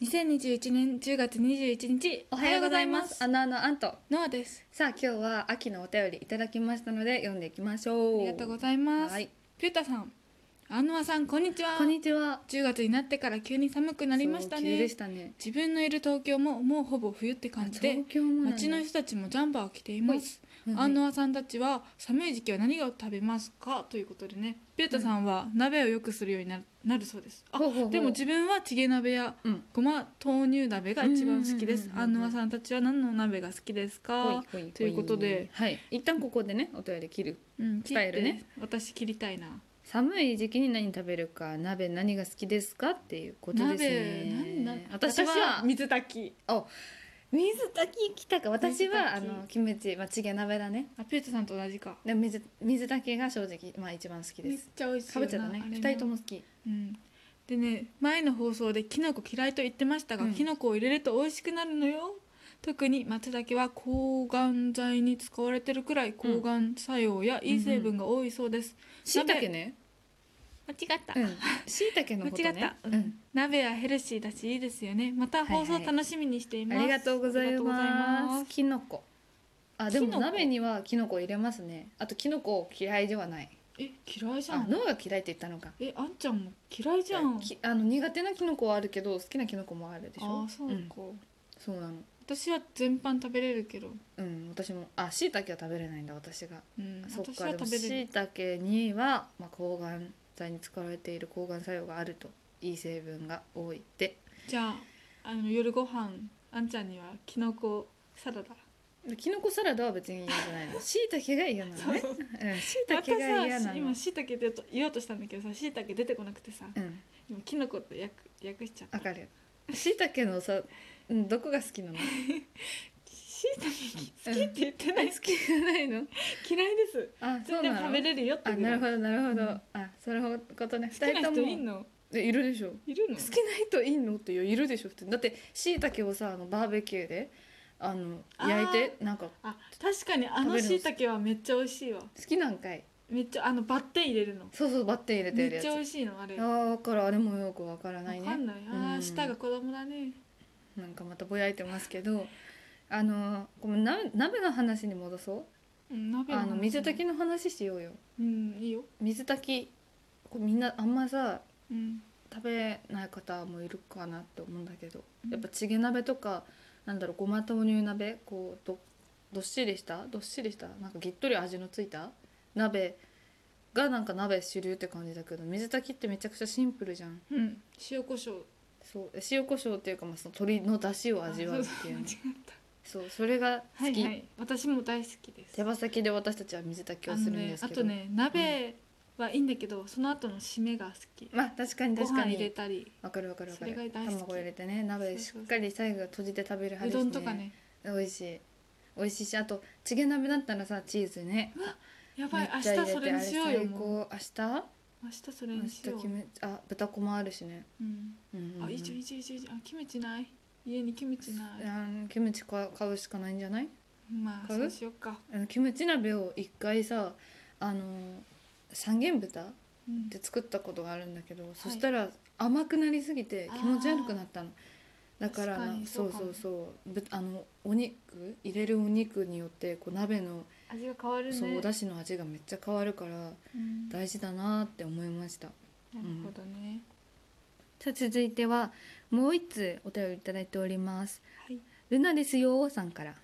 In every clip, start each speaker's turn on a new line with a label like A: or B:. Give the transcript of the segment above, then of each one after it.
A: 2021年10月21日おはようございます
B: あのあのあんと。
A: ノアです
B: さあ今日は秋のお便りいただきましたので読んでいきましょ
A: あ
B: う。
A: りがとうございます
B: はい。
A: ピュータさんアンノアさんこんにちは
B: こんにちは。
A: 10月になってから急に寒くなりました
B: そう急で
A: ね
B: したね。
A: 自分のいる東京ももうほぼ冬って感じで
B: 東京もなんだ
A: 街の人たちもジャンバーを着ています
B: うん
A: アンノアさんたちは寒い時期は何を食べますかということでねピュータさんは鍋をよくするようになるなるそうですあ
B: ほうほうほう
A: でも自分はチゲ鍋や
B: うん。
A: ごま豆乳鍋が一番好きです
B: うんうんうんうん
A: アンノアさんたちは何の鍋が好きですか
B: ほいほほ
A: ということで
B: はい。一旦ここでねお便り切る。
A: うん、
B: スタイルね
A: 切って私切りたいな
B: 寒い時期に何食べるか鍋何が好きですかっていうことです
A: 鍋
B: ね。
A: なんだ
B: 私は
A: 水炊き
B: 水炊き来たか私はあ
A: 水炊き
B: のキムチまあチゲ鍋だね。
A: あピュートさんと同じか
B: でも水水炊きが正直まあ一番好き
A: め
B: で
A: っ
B: す。
A: ちゃ美味しい
B: かぶっちゃったね。二人と、も好き。
A: うん、でね前の放送でキノコ嫌いと言ってましたが、
B: うん
A: キノコを入れると美味しくなるのよ特に松茸は抗がん剤に使われてるくらい抗がん作用やいい成分が多いそうです、
B: しいたけね。
A: 間違った、
B: うん。しいたけのことね。
A: 間違った、
B: うん。
A: 鍋はヘルシーだしいいですよねまた放送
B: はいはい
A: 楽しみにしています、
B: ありがとうござい
A: ありがとうござい
B: ま
A: ます
B: す。きのこ。あ、で
A: きの
B: も
A: こ
B: 鍋にはきのこ入れますね。あときのこ嫌いではない。
A: え嫌いじゃ
B: あ、
A: ん
B: 脳が嫌いって言ったのか。
A: えあんちゃんも嫌いじゃん
B: きあの苦手なきのこはあるけど好きなきのこもあるでしょ。
A: あそうか
B: ん、そうなの。
A: 私は全般食べれるけど、
B: うん、私もあ、しいたけは食べれないんだ私が。
A: うん、
B: そっ
A: 私
B: か。
A: は
B: でも
A: 食べれ
B: し
A: る
B: いたけにはまあ抗がん剤に使われている抗がん作用があるといい成分が多いって。
A: じゃああの夜ご飯あんちゃんにはきのこサラダ
B: できのこサラダは別に嫌じゃ ないの。しいたけが嫌なのね。うん、しいた
A: ま
B: けが嫌
A: た
B: な
A: さ
B: の。
A: 今しいたけで言おうとしたんだけどさしいたけ出てこなくてさ
B: うん。
A: 今きのこって訳訳しちゃった
B: わかるしいたけのさうんどこが好きなの
A: しいたけ好きって言ってない、
B: 大好きじゃないの
A: 嫌いです
B: あそ
A: 全
B: う
A: 然
B: なの
A: 食べれるよって
B: あ
A: ぐら
B: ないるほどなるほど、
A: うん
B: あそれほことね
A: 好きな人いん
B: も
A: の
B: えいるでしょ好
A: いるの
B: きな人いんのっていういるでしょ普通にだってしいたけをさあのバーベキューであの
A: あー
B: 焼いてなんか
A: あ確かにあのしいたけはめっちゃ美味しいわ
B: 好きなんかい
A: めっちゃあのバッテン入れるの
B: そうそうバッテン入れて
A: め
B: るや
A: っ
B: つ
A: ちゃ美
B: あ
A: 味しいのあれ
B: ーだからあれもよくわから
A: わ
B: ないね
A: かんないあ
B: う
A: あ
B: ん
A: 舌が子供だね
B: なんかまたぼやいてますけどあのごめんな鍋の話に戻そう
A: うん鍋
B: あ
A: 話
B: の水炊きの話しようよ
A: うんいいよ
B: 水炊きこうみんなあんまさ
A: うん
B: 食べない方もいるかなって思うんだけど、
A: うん
B: やっぱチゲ鍋とかなんだろうごま豆乳鍋こうどどっしりしたどっしりしたなんかぎっとり味のついた鍋がなんか鍋主流って感じだけど水炊きってめちゃくちゃシンプルじゃん
A: うん塩コショウ
B: そうえ塩コショウっていうか、まあ、その鶏の出汁を味わうっていう
A: あ
B: の
A: そうそう間違った
B: そうそれが好き、
A: はいはい私も大好きです
B: 手羽先で私たちは水炊きを
A: あ
B: す
A: の
B: るんで
A: ね
B: す
A: あ
B: け
A: と
B: ど、
A: ね鍋はいいんだけどその後の締めが好き
B: まあ確かに
A: ご
B: 確か
A: 飯入れ
B: に
A: たり
B: わかるわかるわかる
A: それが大好き
B: 卵入れてね鍋しっかり最後は閉じて食べる派
A: う
B: ですね
A: どんとかね
B: 美味しい美味しいしあとチゲ鍋だったらさチーズね
A: やばい
B: め
A: 明
B: っちゃ入
A: 日
B: れて
A: それにしよう
B: あ
A: よ
B: れ最
A: もう
B: 高明日
A: 明日それに
B: 明日
A: しよ
B: キ
A: う
B: ムあ豚こもあるしね
A: うん
B: うんうんうん
A: あいいじゃんいいじゃんいいじゃんいいじゃんあキムチない家にキムチない
B: あのキムチか買うしかないんじゃない
A: まあ
B: 買う
A: そうしようか
B: あのキムチ鍋を一回さあの三元豚
A: うん
B: で作ったことがあるんだけど、そしたら甘くなりすぎて気持ち悪くなったのだから
A: 確か
B: な
A: に
B: そ
A: そううかも
B: そうそうぶあのお肉入れるお肉によってこう鍋の
A: 味が変わるね
B: そうお出汁の味がめっちゃ変わるから
A: うんなる
B: 大事だなって思いました
A: ほどね
B: さあ続いてはもう一通お便りいただいております
A: はい
B: ルナですよさんから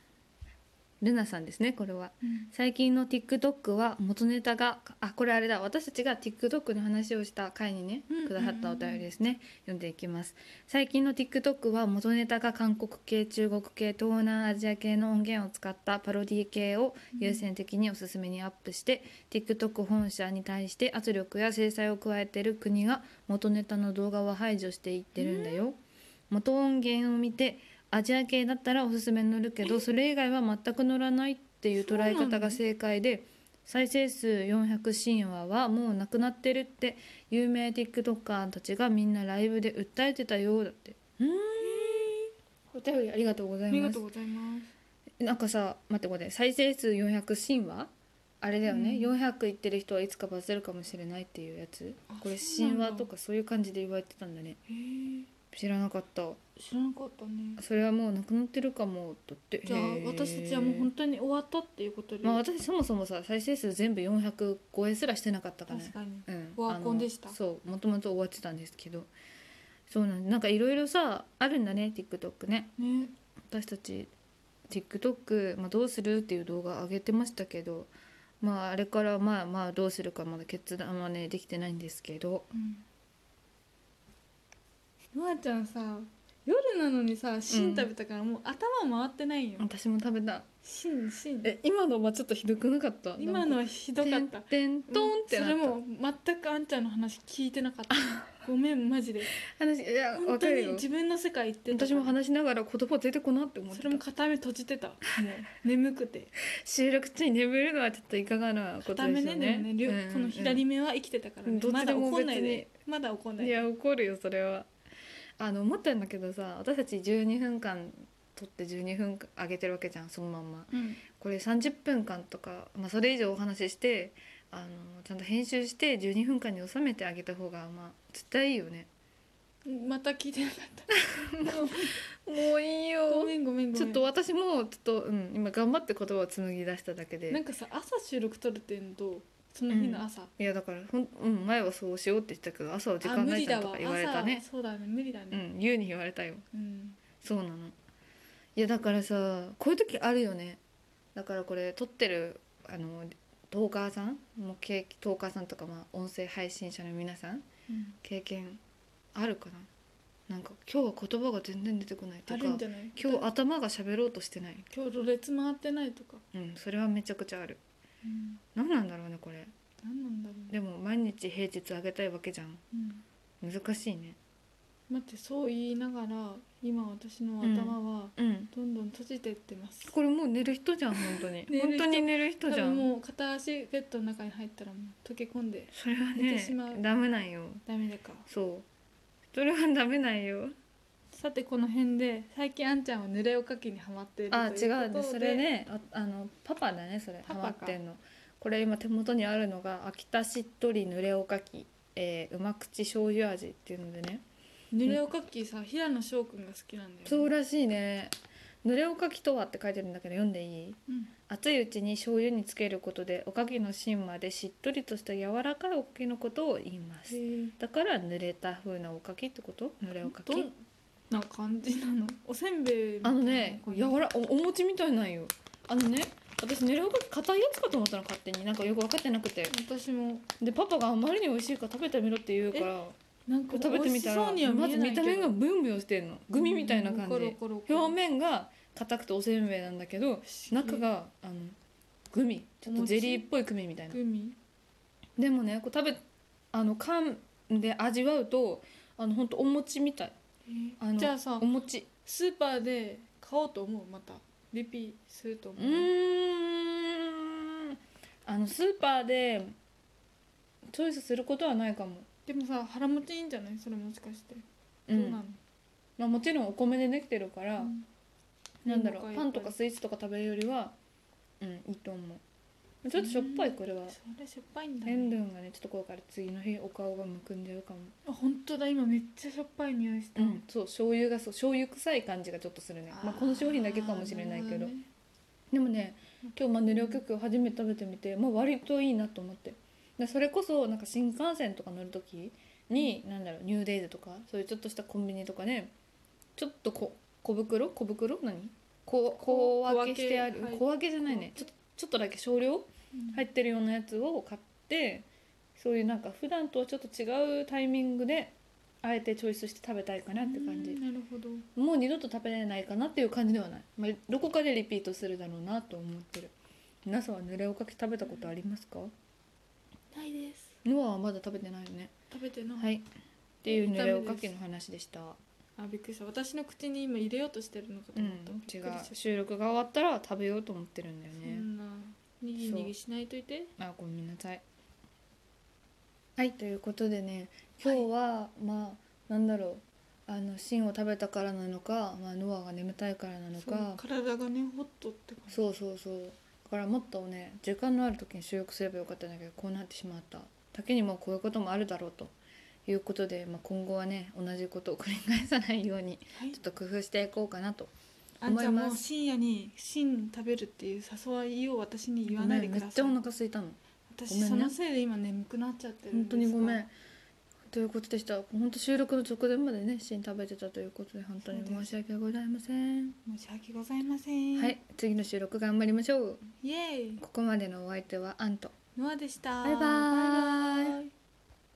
B: ルナさんですねこれは最近の TikTok は元ネタがあこれあれだ私たちが TikTok の話をした回にね
A: うんうんうん
B: くださったお便りですね、読んでいきます最近の TikTok は元ネタが韓国系中国系東南アジア系の音源を使ったパロディ系を優先的におすすめにアップして、TikTok 本社に対して圧力や制裁を加えてる国が元ネタの動画は排除していってるんだよ、元音源を見てアジア系だったらおすすめに乗るけどそれ以外は全く乗らないっていう捉え
A: そうな
B: 方
A: の
B: が正解で再生数400神話はもうなくなってるって有名 TikToker たちがみんなライブで訴えてたようだってお便りありがとうござ
A: あ
B: い
A: りが
B: ま
A: とう
B: す
A: ございます
B: なんかさ待ってごめん再生数400神話あれだよね、
A: うん
B: 400いってる人はいつかバズるかもしれないっていうやつ
A: あ
B: これ
A: そうな
B: 神
A: んだ
B: 話とかそういう感じで言われてたんだね
A: へえ
B: 知らなかった
A: 知らなかったね
B: それはもうなくなってるかもだって
A: じゃあ
B: へー
A: 私たちはもう本当に終わったっていうことで、
B: まあ私そもそもさ再生数全部400超えすらしてなかったからね
A: 確かに
B: うん
A: オワコンでした
B: あのそうもともと終わってたんですけどそうなんなんかいろいろさあるんだね TikTok ね
A: ね
B: 私たち TikTok、まあ、どうするっていう動画上げてましたけどまああれからまあまあどうするかまだ決断はねできてないんですけど
A: ノアちゃんさ夜なのにさ
B: う
A: 芯
B: ん
A: 食べたからもう頭回ってないよ、
B: 私も食べた
A: 芯芯
B: え今のはちょっとひどくなかった
A: 今のはひどかった
B: てんとんってなった、
A: それもう全くあんちゃんの話聞いてなか ったごめんマジで
B: 話いやわ
A: 本
B: か
A: 当
B: る
A: に
B: よ
A: 自分の世界行ってた
B: 私も話しながら言葉出てこなって思って
A: そ
B: た
A: れも片目閉じてたもう眠くて
B: 収録中に眠るのはちょっといかがなこと
A: 片
B: で
A: 目
B: すよ
A: ねでもね
B: ね
A: 両
B: うん
A: この左目は生きてたからね、
B: うんどっ
A: ま
B: ちで
A: だ
B: も
A: 怒んない
B: 別に
A: でまだ怒んない
B: い
A: で
B: や怒るよそれはあの思ったんだけどさ私たち12分間撮って12分間上げてるわけじゃんそのまんま
A: うん
B: これ30分間とか、まあ、それ以上お話ししてあのちゃんと編集して12分間に収めてあげた方がまあ絶対いいよね
A: また聞いてなかった
B: もういいよ
A: ごめんごめんごめん
B: ちょっと私もちょっと、うん、今頑張って言葉を紡ぎ出しただけで
A: なんかさ朝収録撮るっていうのとその日の朝、
B: いやだからほん、うん、前はそうしようって言ってたけど朝は時
A: あ
B: 間
A: 無
B: ない
A: 理
B: じゃ
A: だ
B: んとか
A: わ
B: 言われたね
A: 朝そうだね無理だ
B: う
A: ね
B: ん優に言われたよ
A: うん、
B: そうなのいやだからさこういう時あるよねだからこれ撮ってるあのトーカーさんもう経トーカーさんとかまあ音声配信者の皆さん
A: うん
B: 経験あるかななんか今日は言葉が全然出てこないと
A: あ
B: か
A: るんじゃない
B: 今日頭が喋ろうとしてない
A: 今日ろれつ回ってないとか、
B: うんそれはめちゃくちゃある
A: うん、
B: 何なんだろうねこれ
A: 何なんだろうね、
B: でも毎日平日あげたいわけじゃん
A: うん、
B: 難しいね
A: 待ってそう言いながら今私の頭は
B: うん
A: どんどん閉じてってます、
B: これもう寝る人じゃん本当 に
A: 寝る人
B: 本当に寝る人
A: 多
B: じゃ
A: 分
B: ん
A: もう片足ベッドの中に入ったらもう溶け込んで
B: それは
A: 寝て
B: ね
A: しまう
B: ダメなんよ
A: ダメだか
B: そうそれはダメな んよ
A: さてこの辺で最近あんちゃんは濡れおかきにハマっているという
B: あ
A: こと
B: 違
A: で
B: うねそれねああのパパだねそれ
A: パ
B: ハ
A: パ
B: マ
A: か
B: ってんのこれ今手元にあるのが秋田しっとりぬれおかき、えーうま口醤油味っていうのでね
A: 濡れおかきさ平野翔くんが好きなんだよね、
B: そうらしいねぬれおかきとはって書いてるんだけど読んでいい
A: うん
B: 熱いうちに醤油につけることでおかきの芯までしっとりとした柔らかいおかきのことを言います
A: へえ
B: だから濡れた風なおかきってこと濡れおか
A: ど
B: き
A: んな感じなのおせんべいみた
B: あ
A: いな
B: のね
A: 感じ
B: 柔らおお餅みたいなんよあのね私濡れおかき硬いやつかと思ったの勝手になんかよく分かってなくて
A: 私も
B: でパパがあまりに美味しいから食べてみろって言うから
A: なんか
B: 食べ
A: 美
B: てみた
A: 味し
B: ら
A: そうには
B: ま
A: 見
B: ず
A: えないけ
B: 見た
A: ど
B: 目がブンブンしてんのグミみたいな感
A: うんわかるわ
B: じ
A: かるわかる
B: 表面が硬くておせんべいなんだけど
A: 不思議
B: 中があのグミちょっとゼリーっぽいグミみたいな
A: グミ
B: でもねこう食べあの噛んで味わうとあの本当お餅みたいあの
A: じゃあさ
B: お餅
A: スーパーで買おうと思うまたリピすると思
B: う
A: う、
B: ーんあのスーパーでチョイスすることはないかも、
A: でもさ腹持ちいいんじゃないそれもしかして、
B: うん
A: どうなの、
B: まあ、もちろんお米でできてるから、
A: うん
B: なんだろ
A: いいのか
B: う
A: い
B: パンとかスイーツとか食べるよりはうんいいと思うちょっとしょっぱいこれは
A: それしょっぱいんだ、
B: 塩
A: ね、
B: 分がねちょっとこうから次の日お顔がむくんじゃうかも、
A: あ本当だ今めっちゃしょっぱい匂いした、
B: うん、そう醤油がそう醤油臭い感じがちょっとするねまあ、この商品だけかもしれないけど
A: あーるほね
B: でもね今日まあ塗料曲を初めて食べてみて、まあ、割といいなと思ってでそれこそなんか新幹線とか乗る時に、なんだろうニューデイズとかそういうちょっとしたコンビニとかねちょっとこ小袋小袋何こ小
A: 小
B: 分けしてあ
A: 小
B: る
A: 分けはい
B: 小分けじゃないねちょっとちょっとだけ少量
A: うん
B: 入ってるようなやつを買ってそういうなんか普段とはちょっと違うタイミングであえてチョイスして食べたいかなって感じ
A: うんなるほど
B: もう二度と食べれないかなっていう感じではない、まあ、どこかでリピートするだろうなと思ってる皆さんは濡れおかき食べたことありますか
A: ないです
B: ノアはまだ食べてないよね
A: 食べてない、
B: はいっていう濡れおかきの話でした
A: あびっくりした私の口に今入れようとしてるのかと
B: うん
A: 思った、びっく
B: 違
A: り
B: う
A: した
B: 収録が終わったら食べようと思ってるんだよ
A: そ
B: ね
A: んなにぎにぎしないといて
B: あごめんなさいはいということでね今日は、まあなんだろうあの芯を食べたからなのか、まあ、ノアが眠たいからなの
A: そう
B: か
A: 体がねホットって感じ
B: そうそうそうからもっとね時間のある時に収録すればよかったんだけどこうなってしまっただけにもこういうこともあるだろうということで、まあ、今後はね同じことを繰り返さないように
A: はい
B: ちょっと工夫していこうかなと
A: あんちゃん
B: 思い
A: も
B: ます
A: 深夜に芯食べるっていう誘いを私に言わ
B: ご
A: な
B: め
A: いで
B: んめ
A: く
B: っ
A: だ
B: ち
A: さい
B: ゃお腹空いたの
A: 私、
B: ごめんね
A: そのせいで今眠くなっちゃってる
B: 本当にごめ
A: です
B: んということでした本当収録の直前までね芯食べてたということで本当に申し訳ございません
A: が申し訳ございません
B: はい次の収録頑張りましょう
A: イエーイ
B: ここまでのお相手はアンと
A: ノアでした
B: バイバーイ
A: バイバ